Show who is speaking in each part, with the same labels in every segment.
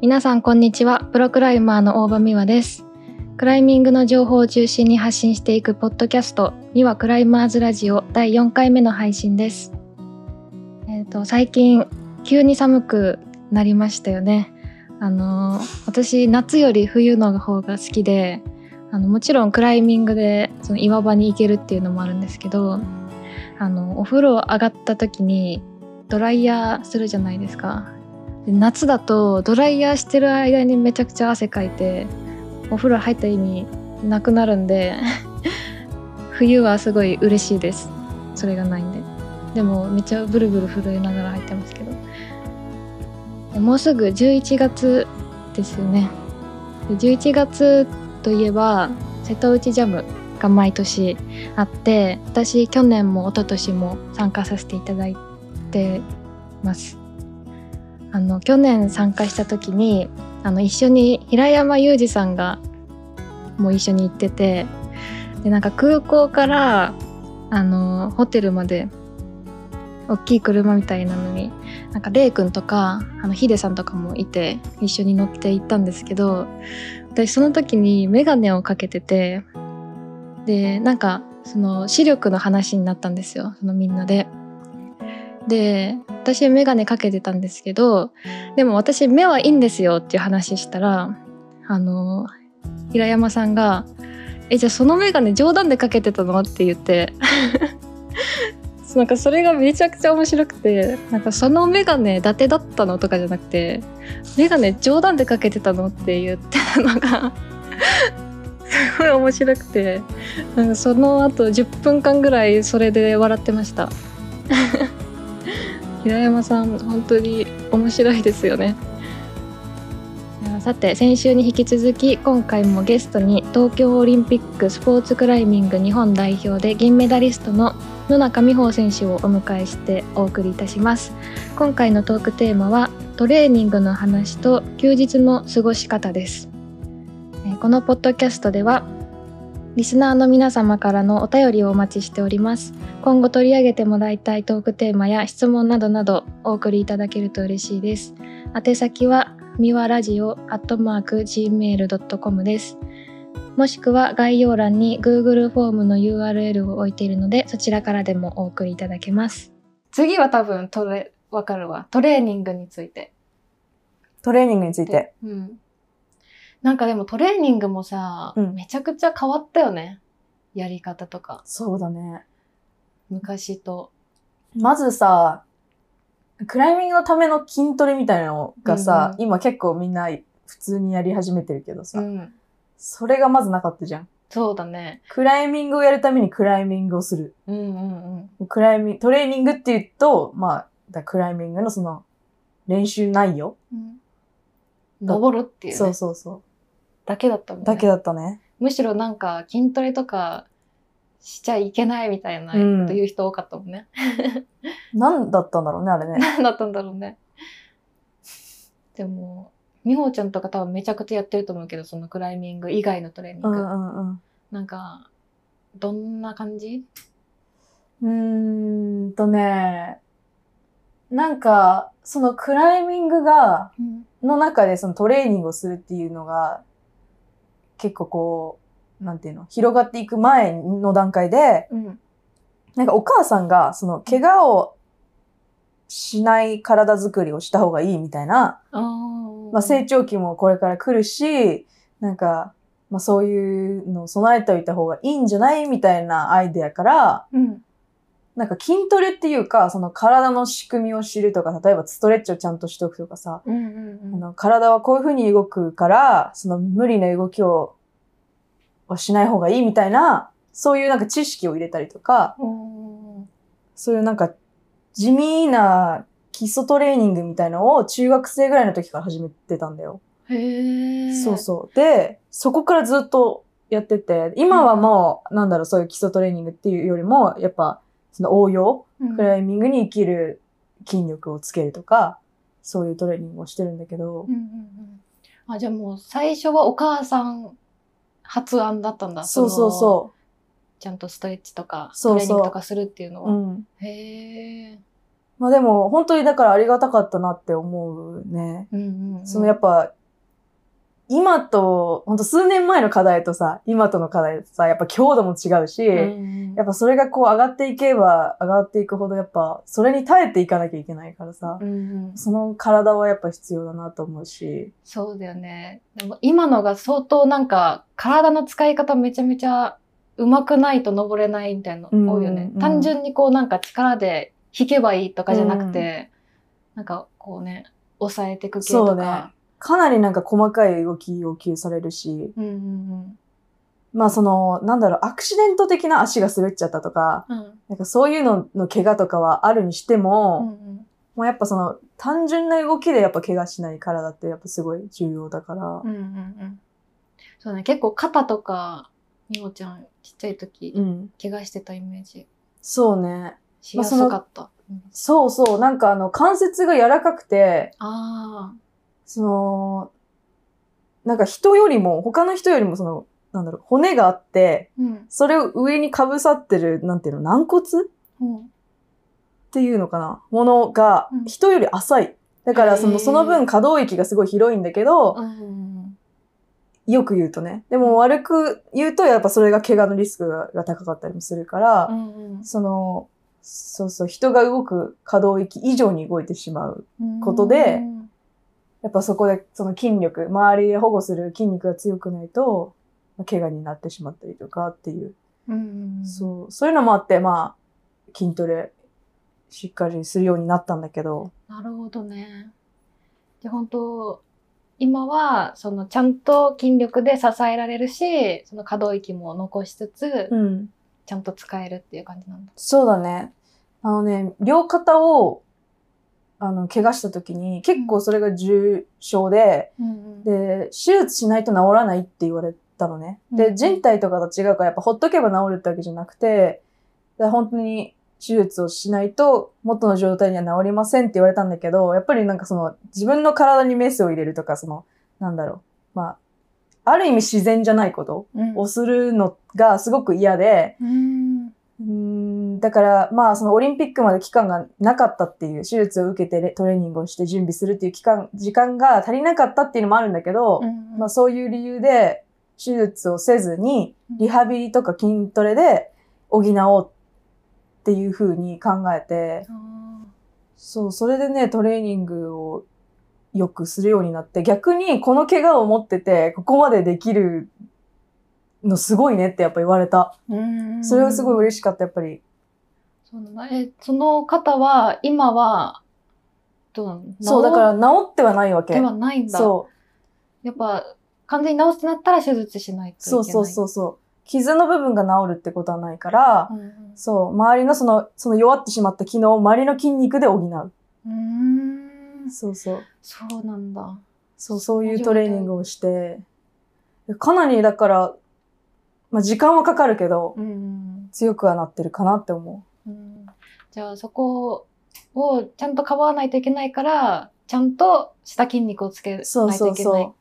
Speaker 1: 皆さんこんにちはプロクライマーの大場美和ですクライミングの情報を中心に発信していくポッドキャスト美和クライマーズラジオ第4回目の配信ですえっ、と最近急に寒くなりましたよねあの私夏より冬の方が好きであのもちろんクライミングでその岩場に行けるっていうのもあるんですけどあのお風呂上がった時にドライヤーするじゃないですかで夏だとドライヤーしてる間にめちゃくちゃ汗かいてお風呂入った意味なくなるんで 冬はすごい嬉しいですそれがないんででもめっちゃブルブル震えながら入ってますけどでもうすぐ11月ですよねで11月といえば瀬戸内ジャムが毎年あって私去年も一昨年も参加させていただいてますあの去年参加した時にあの一緒に平山裕二さんがもう一緒に行っててでなんか空港からあのホテルまで大きい車みたいなのになんかレイ君とかあのヒデさんとかもいて一緒に乗って行ったんですけど私その時に眼鏡をかけててでなんかその視力の話になったんですよそのみんなで。で私眼鏡かけてたんですけどでも私目はいいんですよっていう話したらあの平山さんが「えじゃあその眼鏡冗談でかけてたの?」って言って なんかそれがめちゃくちゃ面白くてなんかその眼鏡伊達だったのとかじゃなくて眼鏡冗談でかけてたのって言ってたのが すごい面白くてなんかその後10分間ぐらいそれで笑ってました平山さん本当に面白いですよねさて先週に引き続き今回もゲストに東京オリンピックスポーツクライミング日本代表で銀メダリストの野中美穂選手をお迎えしてお送りいたします今回のトークテーマはトレーニングの話と休日の過ごし方ですえーこのポッドキャストではリスナーの皆様からのお便りをお待ちしております今後取り上げてもらいたいトークテーマや質問などなどお送りいただけると嬉しいです宛先はみわラジオ gmail.com ですもしくは概要欄に Google フォームの URL を置いているのでそちらからでもお送りいただけます次は多分トレわかるわトレーニングについて
Speaker 2: トレーニングについて。
Speaker 1: うん、なんかでもトレーニングもさ、
Speaker 2: うん
Speaker 1: めちゃくちゃ変わったよねやり方とか
Speaker 2: そうだね。
Speaker 1: 昔と
Speaker 2: まずさ、クライミングのための筋トレみたいなのがさ、
Speaker 1: うん
Speaker 2: 今結構みんな普通にやり始めてるけどさ、
Speaker 1: うん
Speaker 2: それがまずなかったじゃん。
Speaker 1: そうだね
Speaker 2: クライミングをやるためにクライミングをする。
Speaker 1: うんうんうん
Speaker 2: クライミング、トレーニングって言うと、まあ、だクライミングのその、練習内容、
Speaker 1: うん登るっていう,、ね、
Speaker 2: そうそうそ
Speaker 1: だけだったもん
Speaker 2: う。
Speaker 1: ね
Speaker 2: だけだったね。
Speaker 1: むしろなんか筋トレとかしちゃいけないみたいなこ
Speaker 2: うん
Speaker 1: と言う人多かったもんね、
Speaker 2: なんだったんだろうね、あれね。
Speaker 1: 何だったんだろうねでも美穂ちゃんとか多分めちゃくちゃやってると思うけどそのクライミング以外のトレーニン
Speaker 2: う
Speaker 1: グ、
Speaker 2: んうんうん。
Speaker 1: なんかどんな感じ
Speaker 2: うーんとね、なんか、そのクライミングが、
Speaker 1: うん
Speaker 2: の中でそのトレーニングをするっていうのが、結構こう、なんていうの、広がっていく前の段階で、
Speaker 1: うん
Speaker 2: なんかお母さんが、その、怪我をしない体作りをした方がいいみたいな、
Speaker 1: あ
Speaker 2: まあ成
Speaker 1: 長
Speaker 2: 長期もこれから来るし、なんか、まあそういうのを備えておいた方がいいんじゃないみたいなアイデアから、
Speaker 1: うん
Speaker 2: なんか筋トレっていうか、その体の仕組みを知るとか、例えばストレッチをちゃんとしておくとかさ、
Speaker 1: うんうん
Speaker 2: あの体はこういう風に動くから、その無理な動きを、はしない方がいいみたいな、そういうなんか知識を入れたりとか、
Speaker 1: うん
Speaker 2: そういうなんか地味な基礎トレーニングみたいのを中学生ぐらいの時から始めてたんだよ。
Speaker 1: へえ
Speaker 2: そうそう。で、そこからずっとやってて、今はもう、なんだろう、そういう基礎トレーニングっていうよりも、やっぱ、その応用、
Speaker 1: うん
Speaker 2: クライミングに生きる筋力をつけるとか、そういうトレーニングをしてるんだけど
Speaker 1: うん、うんうんあじゃあもう最初はお母さん発案だったんだ
Speaker 2: そうそう
Speaker 1: の
Speaker 2: そう。
Speaker 1: ちゃんとストレッチとか
Speaker 2: そうそ
Speaker 1: トレ
Speaker 2: う
Speaker 1: ーニングとかするっていうの
Speaker 2: う
Speaker 1: は。
Speaker 2: ん。
Speaker 1: へえ。
Speaker 2: まあでも、本当にだからありがたかったなって思うね。
Speaker 1: うんうん、
Speaker 2: そのやっぱ、今と、本当数年前の課題とさ、今との課題とさ、やっぱ強度も違うし、
Speaker 1: うんうん
Speaker 2: やっぱそれがこう上がっていけば上がっていくほどやっぱそれに耐えていかなきゃいけないからさ、
Speaker 1: うんうん、
Speaker 2: その体はやっぱ必要だなと思うし、
Speaker 1: そうだよね。でも今のが相当なんか体の使い方めちゃめちゃうまくないと登れないみたいな
Speaker 2: うん
Speaker 1: の多いよね
Speaker 2: う。ん
Speaker 1: 単純にこうなんか力で引けばいいとかじゃなくて、なんかこうね、抑えてく系と
Speaker 2: そうね
Speaker 1: か。
Speaker 2: かなりなんか細かい動き要求されるし、
Speaker 1: うんうん
Speaker 2: まあその、なんだろう、アクシデント的な足が滑っちゃったとか、
Speaker 1: うん。うん
Speaker 2: なんかそういうのの怪我とかはあるにして
Speaker 1: う
Speaker 2: も、
Speaker 1: ん
Speaker 2: もうやっぱその単純な動きでやっぱ怪我しない体ってやっぱすごい重要だから、
Speaker 1: うんうんうん。そうね、結構肩とか、みもちゃんちっちゃい時、
Speaker 2: うん。
Speaker 1: 怪我してたイメージ
Speaker 2: そうね。
Speaker 1: しやすかった。
Speaker 2: そうそう。なんかあの関節が柔らかくて、
Speaker 1: あ
Speaker 2: その、なんか人よりも、他の人よりもその、なんだろう、骨があって、
Speaker 1: あー、うん。
Speaker 2: それを上にかぶさってる、なんていうの、軟骨っ
Speaker 1: うん
Speaker 2: ていうのかなものが
Speaker 1: うん、
Speaker 2: 人より浅い。だから、そ
Speaker 1: へー
Speaker 2: の、その分可動域がすごい広いんだけど、
Speaker 1: うんうん
Speaker 2: よく言うとね。でも悪く言うと、やっぱそれが怪我のリスクがが高かったりもするか
Speaker 1: う
Speaker 2: ら、
Speaker 1: んうん
Speaker 2: その、そうそう、人が動く可動域以上に動いてしまう。
Speaker 1: うん
Speaker 2: ことでやっぱそこでその筋力、周りで保護する筋肉が強くないと、まあ怪我になってしまったりとかっていう、
Speaker 1: うんうん
Speaker 2: そう、そういうのもあって、まあ、筋トレしっかりするようになったんだけど、
Speaker 1: なるほどね。で本当今はそのちゃんと筋力で支えられるしその可動域も残しつつ、
Speaker 2: うん。
Speaker 1: ちゃんと使えるっていう感じなんだ。
Speaker 2: そうだね。あのね、両肩を、あの、怪我した時に、結構それが重症で、
Speaker 1: うんうん
Speaker 2: で、手術しないと治らないって言われたのね。
Speaker 1: う
Speaker 2: で、
Speaker 1: ん
Speaker 2: 人体とかと違うから、やっぱほっとけば治るってわけじゃなくて、で本当に手術をしないと元の状態には治りませんって言われたんだけど、やっぱりなんかその自分の体にメスを入れるとか、その、なんだろう。まあ、ある意味自然じゃないこと
Speaker 1: うん
Speaker 2: をするのがすごく嫌で、
Speaker 1: うん
Speaker 2: うーん、だからまあそのオリンピックまで期間がなかったっていう、手術を受けてレトレーニングをして準備するっていう期間、時間が足りなかったっていうのもあるんだけど、
Speaker 1: うん
Speaker 2: まあ、そういう理由で手術をせずにリハビリとか筋トレで補おうっていう風に考えて、
Speaker 1: あ
Speaker 2: そう、それでね、トレーニングをよくするようになって、逆にこの怪我を持ってて、ここまでできるのすごいねってやっぱ言われた。
Speaker 1: ーうん
Speaker 2: それはすごい
Speaker 1: い
Speaker 2: 嬉しかった、やっぱり。
Speaker 1: そうなんだえその方は今はどうなの
Speaker 2: そう、だから治ってはないわ
Speaker 1: 治
Speaker 2: け
Speaker 1: で。はないんだ
Speaker 2: そう。
Speaker 1: やっぱ完全に治すってなったら手術しないといけ
Speaker 2: そ
Speaker 1: な
Speaker 2: う
Speaker 1: い
Speaker 2: そうそううそう。傷の部分が治るってことはないから、
Speaker 1: んうん
Speaker 2: そう、周りのその、その弱ってしまった機能を周りの筋肉で補う。
Speaker 1: うーん
Speaker 2: そうそう。
Speaker 1: そうなんだ。
Speaker 2: そう、そういうトレーニングをして、かなりだから、まあ時間はかかるけど、
Speaker 1: うん、
Speaker 2: 強くはなってるかなって思
Speaker 1: うん。じゃあそこをちゃんとかばわないといけないから、ちゃんとした筋肉をつけな
Speaker 2: う。
Speaker 1: い
Speaker 2: そう
Speaker 1: と
Speaker 2: そ
Speaker 1: いうけないっ
Speaker 2: そ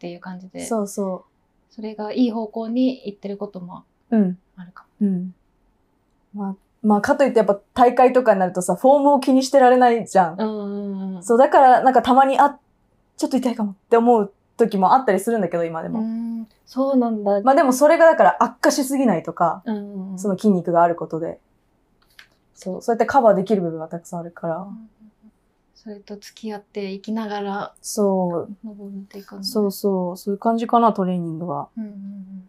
Speaker 1: ていう感じ
Speaker 2: う。
Speaker 1: で、そ
Speaker 2: そうそ
Speaker 1: れがいい方向に行ってることも
Speaker 2: う。うん。
Speaker 1: あるか
Speaker 2: うん。まあ、まあ、かといってやっぱ大会とかになるとさ、フォームを気にしてられないじゃん。
Speaker 1: も。うんうんうん。
Speaker 2: そう、だからなんかたまに、あ、ちょっと痛いかもって思う時もあったりするんだけど、今で
Speaker 1: う
Speaker 2: も。
Speaker 1: ん、そうなんだ。
Speaker 2: まあでもそれがだから悪化しすぎないとか、
Speaker 1: うんうん、
Speaker 2: その筋肉があることで。そう、そうやってカバーできる部分がたくさんあるか
Speaker 1: う
Speaker 2: ら
Speaker 1: んう。んうんそれと付き合っていきながら
Speaker 2: そう、
Speaker 1: 登っていくんだ
Speaker 2: そうそう、そういう感じかな、トレーニングは。
Speaker 1: うんうんうん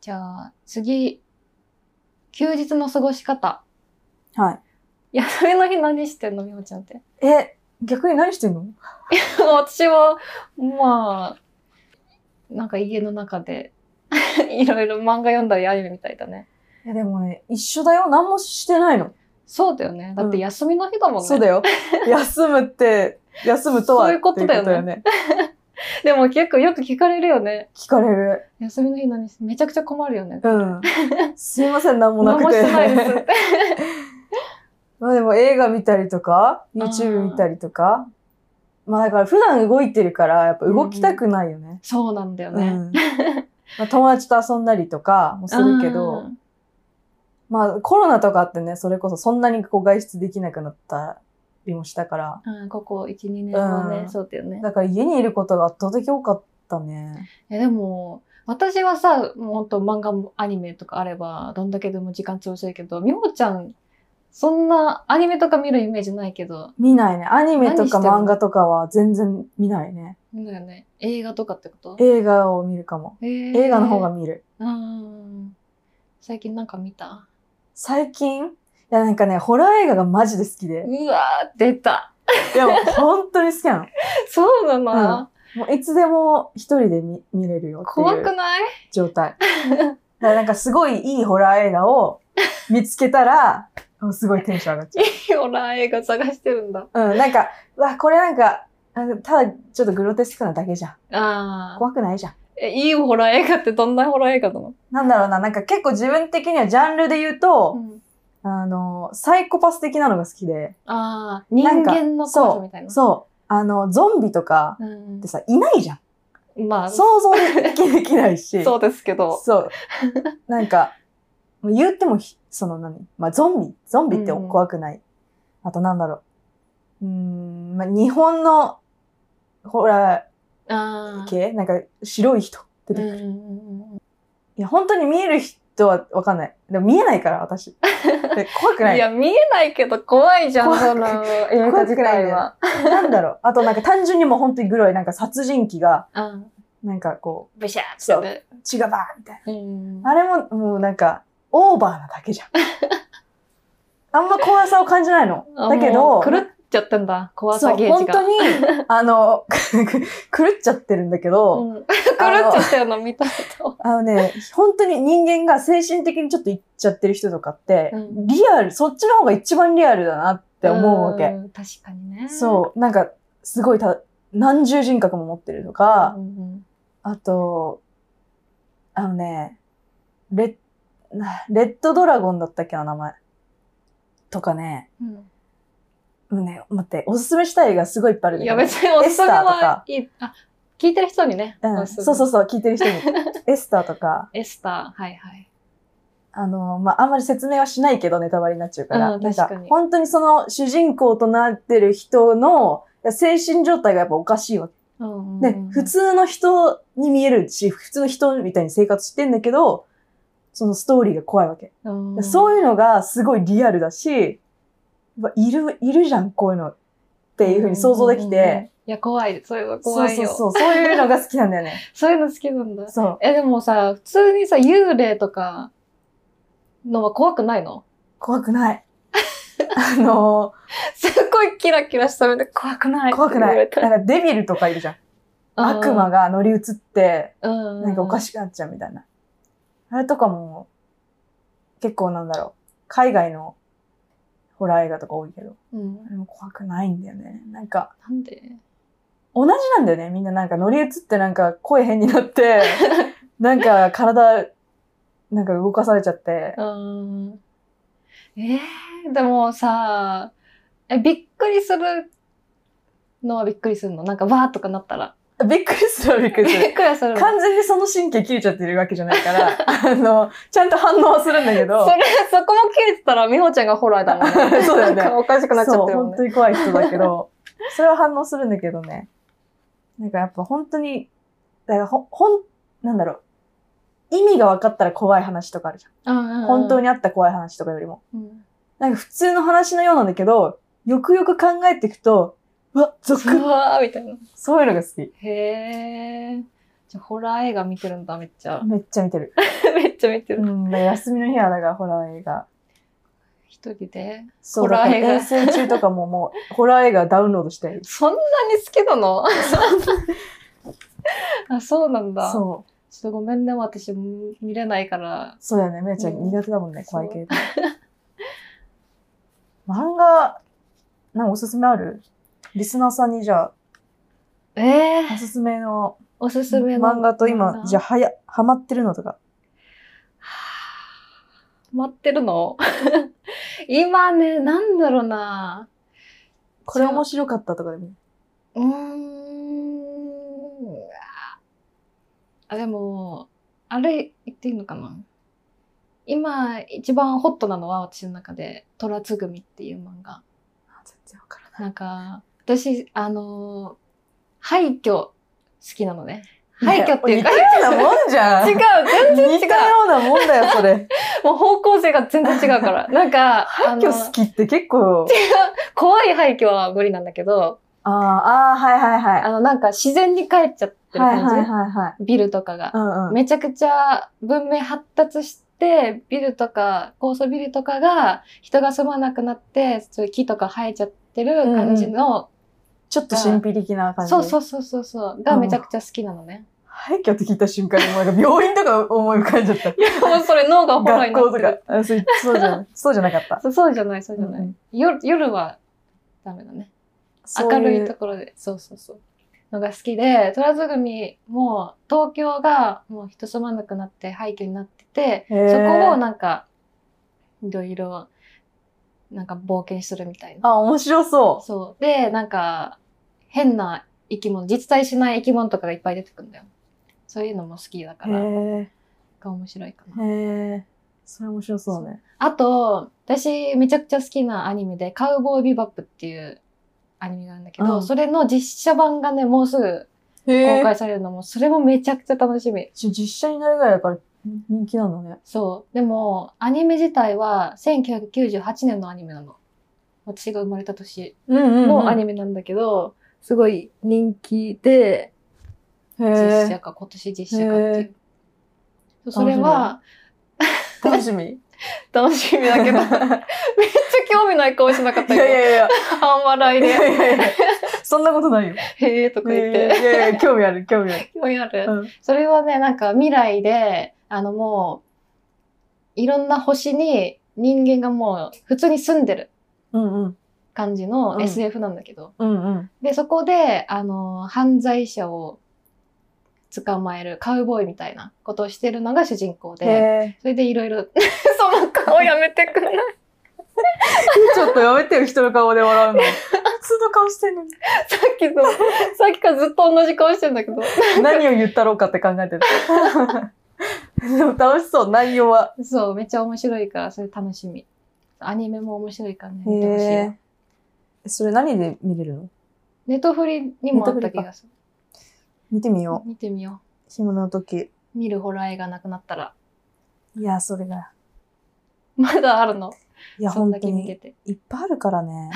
Speaker 1: じゃあ次、休日の過ごし方。
Speaker 2: は
Speaker 1: 休みの日何してんのみほちゃんって。
Speaker 2: い。え、逆に何してんの
Speaker 1: 私は、まあ、なんか家の中で、 いろいろ漫画読んだりアニメみたいだね。
Speaker 2: いや、でもね、一緒だよ。何もしてないの。
Speaker 1: そうだよね。だって休みの日だもんね。
Speaker 2: そう だよ。休むって、休むとは。
Speaker 1: そういうことだよね
Speaker 2: っていね。
Speaker 1: でも結構よく聞かれるよね。
Speaker 2: 聞かれる。
Speaker 1: 休みの日何してめちゃくちゃ困るよね。
Speaker 2: うん。 すいません、何もな
Speaker 1: 何
Speaker 2: く。
Speaker 1: もしてないですって。
Speaker 2: まあでも映画見たりとか、YouTube 見たりとか。まあだから普段動いてるから、やっぱ動きたくないよね。
Speaker 1: そうなんだよ
Speaker 2: う
Speaker 1: ね。
Speaker 2: ん。まあ友達と遊んだりとかもするけ
Speaker 1: う
Speaker 2: ど、
Speaker 1: ん、
Speaker 2: まあコロナとかあってね、それこそそんなにこう外出できなくなったりもしたから、
Speaker 1: うん、ここ1、2年はね、
Speaker 2: うん
Speaker 1: そうだよね。
Speaker 2: だから家にいることが圧倒的多かったね。
Speaker 1: え、でも、私はさ、もうほんと漫画もアニメとかあれば、どんだけでも時間潰せるけど、みほちゃん、そんなアニメとか見るイメージないけど、
Speaker 2: 見ないね。アニメとか
Speaker 1: 何してんの
Speaker 2: 漫画とかは全然見ないね。
Speaker 1: なんだよね、映画とかってこと
Speaker 2: 映画を見るかも。映
Speaker 1: 映
Speaker 2: 画の方が見る。
Speaker 1: うん。最近なんか見た
Speaker 2: 最近いやなんかね、ホラー映画がマジで好きで。
Speaker 1: うわー、出た。
Speaker 2: いやもう本当に好きなの。
Speaker 1: そうなの、
Speaker 2: もういつでも一人で見見れるよって
Speaker 1: 怖
Speaker 2: い
Speaker 1: く
Speaker 2: う
Speaker 1: ない
Speaker 2: 状態。だからなんかすごいいいホラー映画を見つけたら、もうすごいテンション上がっちゃ
Speaker 1: ホラー映画探してるんだ。
Speaker 2: う。うん、なんか、うわ、これなんか、あのただちょっとグロテスクなだけじゃん。
Speaker 1: ああ。
Speaker 2: 怖くないじゃん。
Speaker 1: え、いいホラー映画ってどんなホラー映画なの
Speaker 2: なんだろうな、なんか結構自分的にはジャンルで言うと、あの、サイコパス的なのが好きで、
Speaker 1: ああ、人間の怖さみたいな。
Speaker 2: そう、あの、ゾンビとか
Speaker 1: うん
Speaker 2: ってさ、いないじゃん。
Speaker 1: まあ、そ
Speaker 2: 想像できできないし。
Speaker 1: うですけど。
Speaker 2: そう。なんか、もう言ってもひ、その何まあ、ゾンビ。ゾンビって
Speaker 1: うん
Speaker 2: 怖くない。あとなんだろう。うーん、まあ、日本のホラ
Speaker 1: あ
Speaker 2: ー
Speaker 1: あ。
Speaker 2: 系なんか、白い人出て
Speaker 1: う
Speaker 2: く
Speaker 1: ん
Speaker 2: る。
Speaker 1: うんうん
Speaker 2: いや、本当に見える人はわかんない。でも見えないから、 私。で怖く
Speaker 1: う、
Speaker 2: なん
Speaker 1: い
Speaker 2: い。
Speaker 1: や、見えないけど怖いじゃん、
Speaker 2: 怖く
Speaker 1: その映画自体は。
Speaker 2: なんだろう。あとなんか単純にもう本当にグロい、なんか殺人鬼が、
Speaker 1: うん。
Speaker 2: なんかこ
Speaker 1: ブシャーってね。
Speaker 2: う、血がバーンみたい
Speaker 1: うん
Speaker 2: な。あれも、もうなんか、オーバーなだけ じゃん。あんま怖さを感じないの。
Speaker 1: あ
Speaker 2: だけ
Speaker 1: も
Speaker 2: ど、
Speaker 1: う狂っちゃってんだ、怖
Speaker 2: そ
Speaker 1: さ
Speaker 2: う、
Speaker 1: ゲージ
Speaker 2: 本
Speaker 1: が。
Speaker 2: 当に、あの、 狂っちゃってるんだけど、
Speaker 1: うん 狂っちゃったような見たこと。
Speaker 2: あのね、本当に人間が精神的にちょっといっちゃってる人とかって、
Speaker 1: うん
Speaker 2: リアル、そっちの方が一番リアルだなって思うわけ。
Speaker 1: ん確かにね。
Speaker 2: そう、なんか、すごいた、何重人格も持ってると
Speaker 1: う
Speaker 2: か、
Speaker 1: んうん
Speaker 2: あと、あのね、レッ、なレッドドラゴンだったっけな、名前。とかね、
Speaker 1: うん。
Speaker 2: もうね、待って、おすすめしたい映画すごいいっぱいあるん
Speaker 1: い
Speaker 2: だ
Speaker 1: や
Speaker 2: けど
Speaker 1: 別におすすめ
Speaker 2: エスターとか
Speaker 1: はいい。あ、聞いてる人にね。
Speaker 2: う
Speaker 1: お
Speaker 2: ん、
Speaker 1: すすめ
Speaker 2: そうそうそう、聞いてる人 に。エスターとか、
Speaker 1: エスター、はいはい。
Speaker 2: あの、まあ、あんまり説明はしないけど、ネタバレになっちゃうから。
Speaker 1: うん
Speaker 2: なん
Speaker 1: 確かに
Speaker 2: 本当にその主人公となってる人のいや精神状態がやっぱおかしいわけ。
Speaker 1: うんうん
Speaker 2: ね、普通の人に見えるし、普通の人みたいに生活してんだけど、そのストーリーが怖いわけ。
Speaker 1: うん、
Speaker 2: そう
Speaker 1: い
Speaker 2: いうのがすごいリアルだし、やっぱいる、いるじゃん、こういうのっていうふうに想像でき
Speaker 1: んうんうん
Speaker 2: て、。
Speaker 1: いや、怖い。そういうの
Speaker 2: そう
Speaker 1: 怖い
Speaker 2: そう
Speaker 1: よ。
Speaker 2: そう、そういうのが好きなんだよね。
Speaker 1: そういうの好きなんだ。
Speaker 2: そう。
Speaker 1: え、でもさ、普通にさ、幽霊とかのは怖くないの
Speaker 2: 怖 くない。あの
Speaker 1: すっごいキラキラした目で怖くない。
Speaker 2: ー、怖くな
Speaker 1: っ
Speaker 2: い。
Speaker 1: て言
Speaker 2: なん
Speaker 1: われ
Speaker 2: かデビルとかいるじゃん。
Speaker 1: た
Speaker 2: 悪魔、が乗り移って、
Speaker 1: うん
Speaker 2: なんかおか
Speaker 1: しい。
Speaker 2: しくなっちゃうみたいな。あれとかも、結構なんだろう。海外のホラー映画とか多いけど、
Speaker 1: うん
Speaker 2: あれも怖くないんだよね。なんか、
Speaker 1: なんで
Speaker 2: 同じなんだよね。みんななんか乗り移ってなんか声変にな って、なんか体、なんか動かされちゃって。
Speaker 1: うん。えー、でもさ、え、びっくりするのはびっくりするのなんかわーとかなった ら。
Speaker 2: びっくりするわびっく
Speaker 1: びっ
Speaker 2: りする。
Speaker 1: くりはするの。
Speaker 2: 完全にその神経切れちゃってるわけじゃないから、あの、ちゃんと反応はするんだけど
Speaker 1: そ、れ、そこも切れてたら、美穂ちゃんがホラーだもんね。
Speaker 2: そうだよね
Speaker 1: なんかおかしくなっちゃ
Speaker 2: そ
Speaker 1: っ
Speaker 2: う、
Speaker 1: てるもんね。
Speaker 2: 本当に怖い人だけど、 それは反応するんだけどね。なんかやっぱ本当に、だからほ、ほん、なんだろう。意味が分かったら怖い話とかあるじゃ。
Speaker 1: うんうんうんん
Speaker 2: 本当にあった怖い話とかよりも。
Speaker 1: うん
Speaker 2: なんか普通の話のようなんだけど、よくよく考えていくと、うわ、ゾク
Speaker 1: うわーみたいな。
Speaker 2: そういうのが好き。
Speaker 1: へー。じゃあホラー映画見てるんだ、めっちゃ。
Speaker 2: めっちゃ見てる。
Speaker 1: めっちゃ見て
Speaker 2: う
Speaker 1: る。
Speaker 2: ん、だから休みの日はだからホラー映画。
Speaker 1: 一人で。
Speaker 2: そう、
Speaker 1: ホラー映画
Speaker 2: だから遠征中とかももう、ホラー映画ダウンロードしてる。
Speaker 1: そんなに好きなの あ、そうなんだ。
Speaker 2: そう。
Speaker 1: ちょっとごめんね、私見れないから。
Speaker 2: そうだよね。めいちゃん苦手だもんね、
Speaker 1: うん
Speaker 2: 怖い系。 漫画、なんかおすすめあるリスナーさんにじゃ
Speaker 1: ええ
Speaker 2: あ、おすすめの
Speaker 1: おすすめの
Speaker 2: 漫画と今、じゃあ、はや、ハマってるのとか。
Speaker 1: 待ってるの 今ね、なんだろうな。
Speaker 2: これ面白かったとかでも。
Speaker 1: うーん。あ、でも、あれ言っていいのかな今一番ホットなのは私の中で「トラツグミ」っていう漫画
Speaker 2: あ全然わからない。
Speaker 1: なんか私あのー廃墟好きなのね廃墟っていうか
Speaker 2: 似たようなもんじゃん。
Speaker 1: 違う全然違う
Speaker 2: 似たようなもんだよ、それ。
Speaker 1: もう方向性が全然違う からなんか
Speaker 2: 廃
Speaker 1: あ
Speaker 2: 墟
Speaker 1: の
Speaker 2: 好きって結構。
Speaker 1: 怖い廃墟は無理なんだけど
Speaker 2: ああ、あーはいはいはい。
Speaker 1: あのなんか自然に帰っちゃってる
Speaker 2: はい
Speaker 1: 感じ、
Speaker 2: はいはいはい。
Speaker 1: ビルとかが
Speaker 2: う、んうん。
Speaker 1: めちゃくちゃ文明発達してビルとか高層ビルとかが人が住まなくなってそういう木とか生えちゃってる感じの、
Speaker 2: ちょっと神秘的な感じ。。
Speaker 1: そうそううそうそうそうがめちゃくちゃ好きなのね。
Speaker 2: 廃墟って聞いた瞬間に、なんか病院とか思い浮かんじゃった。
Speaker 1: もうそれ脳がホロに
Speaker 2: 学
Speaker 1: なって
Speaker 2: 校と
Speaker 1: る
Speaker 2: か。あそうそうじゃんそうじゃなかった。
Speaker 1: そうそうじゃないそうじゃない、
Speaker 2: うんうん
Speaker 1: 夜夜はダメだね
Speaker 2: そう
Speaker 1: 明るい
Speaker 2: と
Speaker 1: ところでそうそうそうのが好きで虎津組も東京がもう人住まなくなって廃墟になってて
Speaker 2: へー
Speaker 1: そこをなんかいろいろなんか冒険するみたいな
Speaker 2: あ、面白そ
Speaker 1: そうでなんか変な生き物実在しない生き物とかがいっぱい出てくるんだよそういうのも好きだか
Speaker 2: う。へ
Speaker 1: ら
Speaker 2: え。
Speaker 1: が面白いかな
Speaker 2: へえ。それ面白そうね。
Speaker 1: あと私めちゃくちゃ好きなアニメで「カウボーイビバップ」っていうアニメがあるんだけど、
Speaker 2: うん
Speaker 1: それの実写版がねもうすぐ
Speaker 2: へ
Speaker 1: 公
Speaker 2: え。
Speaker 1: 開されるのも、それもめちゃくちゃ楽しみ。
Speaker 2: ち実写になるぐらいだから人気なんだね。
Speaker 1: そう。でも、アニメ自体は1998年のアニメなの。私が生まれた年
Speaker 2: うんうん
Speaker 1: のアニメなんだけど、すごい人気で、
Speaker 2: メ。へ
Speaker 1: 実
Speaker 2: え
Speaker 1: 写。化、今年実写化ってい
Speaker 2: へ
Speaker 1: う。そうそれは、
Speaker 2: 楽しみ。
Speaker 1: 楽しみだけど、 めっちゃ興味ない顔しなかっ
Speaker 2: い
Speaker 1: た
Speaker 2: やい
Speaker 1: よ。
Speaker 2: やいや。
Speaker 1: 半笑い
Speaker 2: いや
Speaker 1: で、
Speaker 2: いやいやそんなことないよ。
Speaker 1: へえと
Speaker 2: い
Speaker 1: か
Speaker 2: や
Speaker 1: 言っ
Speaker 2: い
Speaker 1: て、
Speaker 2: やいや、興味ある、興味ある。
Speaker 1: 興味ある。
Speaker 2: うん
Speaker 1: それはね、なんか未来で、あのもう、いろんな星に人間がもう普通に住んでる
Speaker 2: うんうん。
Speaker 1: 感じ
Speaker 2: う
Speaker 1: の
Speaker 2: ん
Speaker 1: SF なんだけど。
Speaker 2: うんうん。
Speaker 1: で、そこで、あの、犯罪者を捕まえるカウボーイみたいなことをしてるのが主人公
Speaker 2: へ
Speaker 1: で、
Speaker 2: え。
Speaker 1: それでいろい ろ、その顔やめてくれ。
Speaker 2: ちょっとやめてよ、人の顔で笑うの。普通の顔してるのに。
Speaker 1: さっきの、さっきからずっと同じ顔してんだけど。
Speaker 2: 何を言ったろうかって考えてる。 でも楽しそう、内容は。
Speaker 1: そう、めっちゃ面白いから、それ楽しみ。アニメも面白いからね、見てほしいわ。
Speaker 2: え。それ何で見れるの
Speaker 1: ネットフリにもあった気がする。
Speaker 2: 見てみよ
Speaker 1: 見てみよう。
Speaker 2: う。暇の時。
Speaker 1: 見るホラー映画なくなったら、
Speaker 2: いや、それが。
Speaker 1: まだあるの。
Speaker 2: いや、
Speaker 1: そん
Speaker 2: 本
Speaker 1: だ
Speaker 2: 当
Speaker 1: け見て
Speaker 2: に。
Speaker 1: て。
Speaker 2: いっぱいあるからね。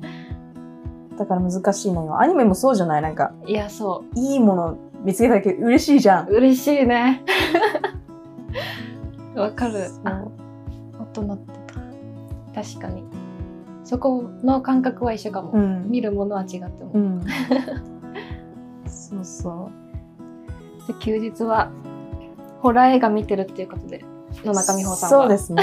Speaker 2: だから難しいのよ。アニメもそうじゃないなんか、
Speaker 1: いや、そ
Speaker 2: いいもの見つけただけ嬉しいじゃん
Speaker 1: う。。嬉しい ね。わかる。あ
Speaker 2: そ、
Speaker 1: 大人ってた。確かに。そこの感覚は一緒かも。
Speaker 2: ううん。
Speaker 1: 見るものは違っても。
Speaker 2: う
Speaker 1: で
Speaker 2: ん。そうそう。
Speaker 1: 休日は、ホラー映画見てるっていうことで、野中美穂さんは。
Speaker 2: そうですね。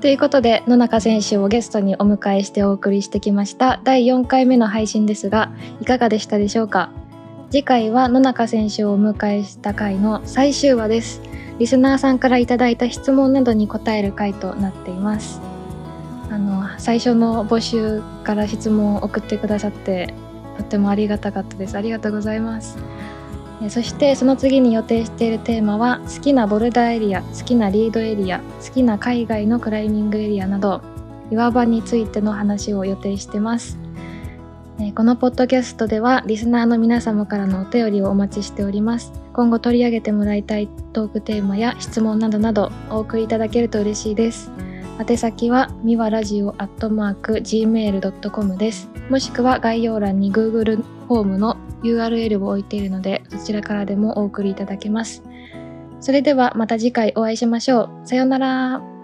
Speaker 1: ということで野中選手をゲストにお迎えしてお送りしてきました第4回目の配信ですがいかがでしたでしょうか次回は野中選手をお迎えした回の最終話ですリスナーさんからいただいた質問などに答える回となっていますあの最初の募集から質問を送ってくださってとってもありがたかったですありがとうございますえそしてその次に予定しているテーマは好きなボルダーエリア好きなリードエリア好きな海外のクライミングエリアなど岩場についての話を予定してますえーこのポッドキャストではリスナーの皆様からのお便りをお待ちしております今後取り上げてもらいたいトークテーマや質問などなどお送りいただけると嬉しいです宛先はみわラジオアットマーク gmail.com ですもしくは概要欄に Google フォームの URL を置いているのでそちらからでもお送りいただけますそれではまた次回お会いしましょうさようなら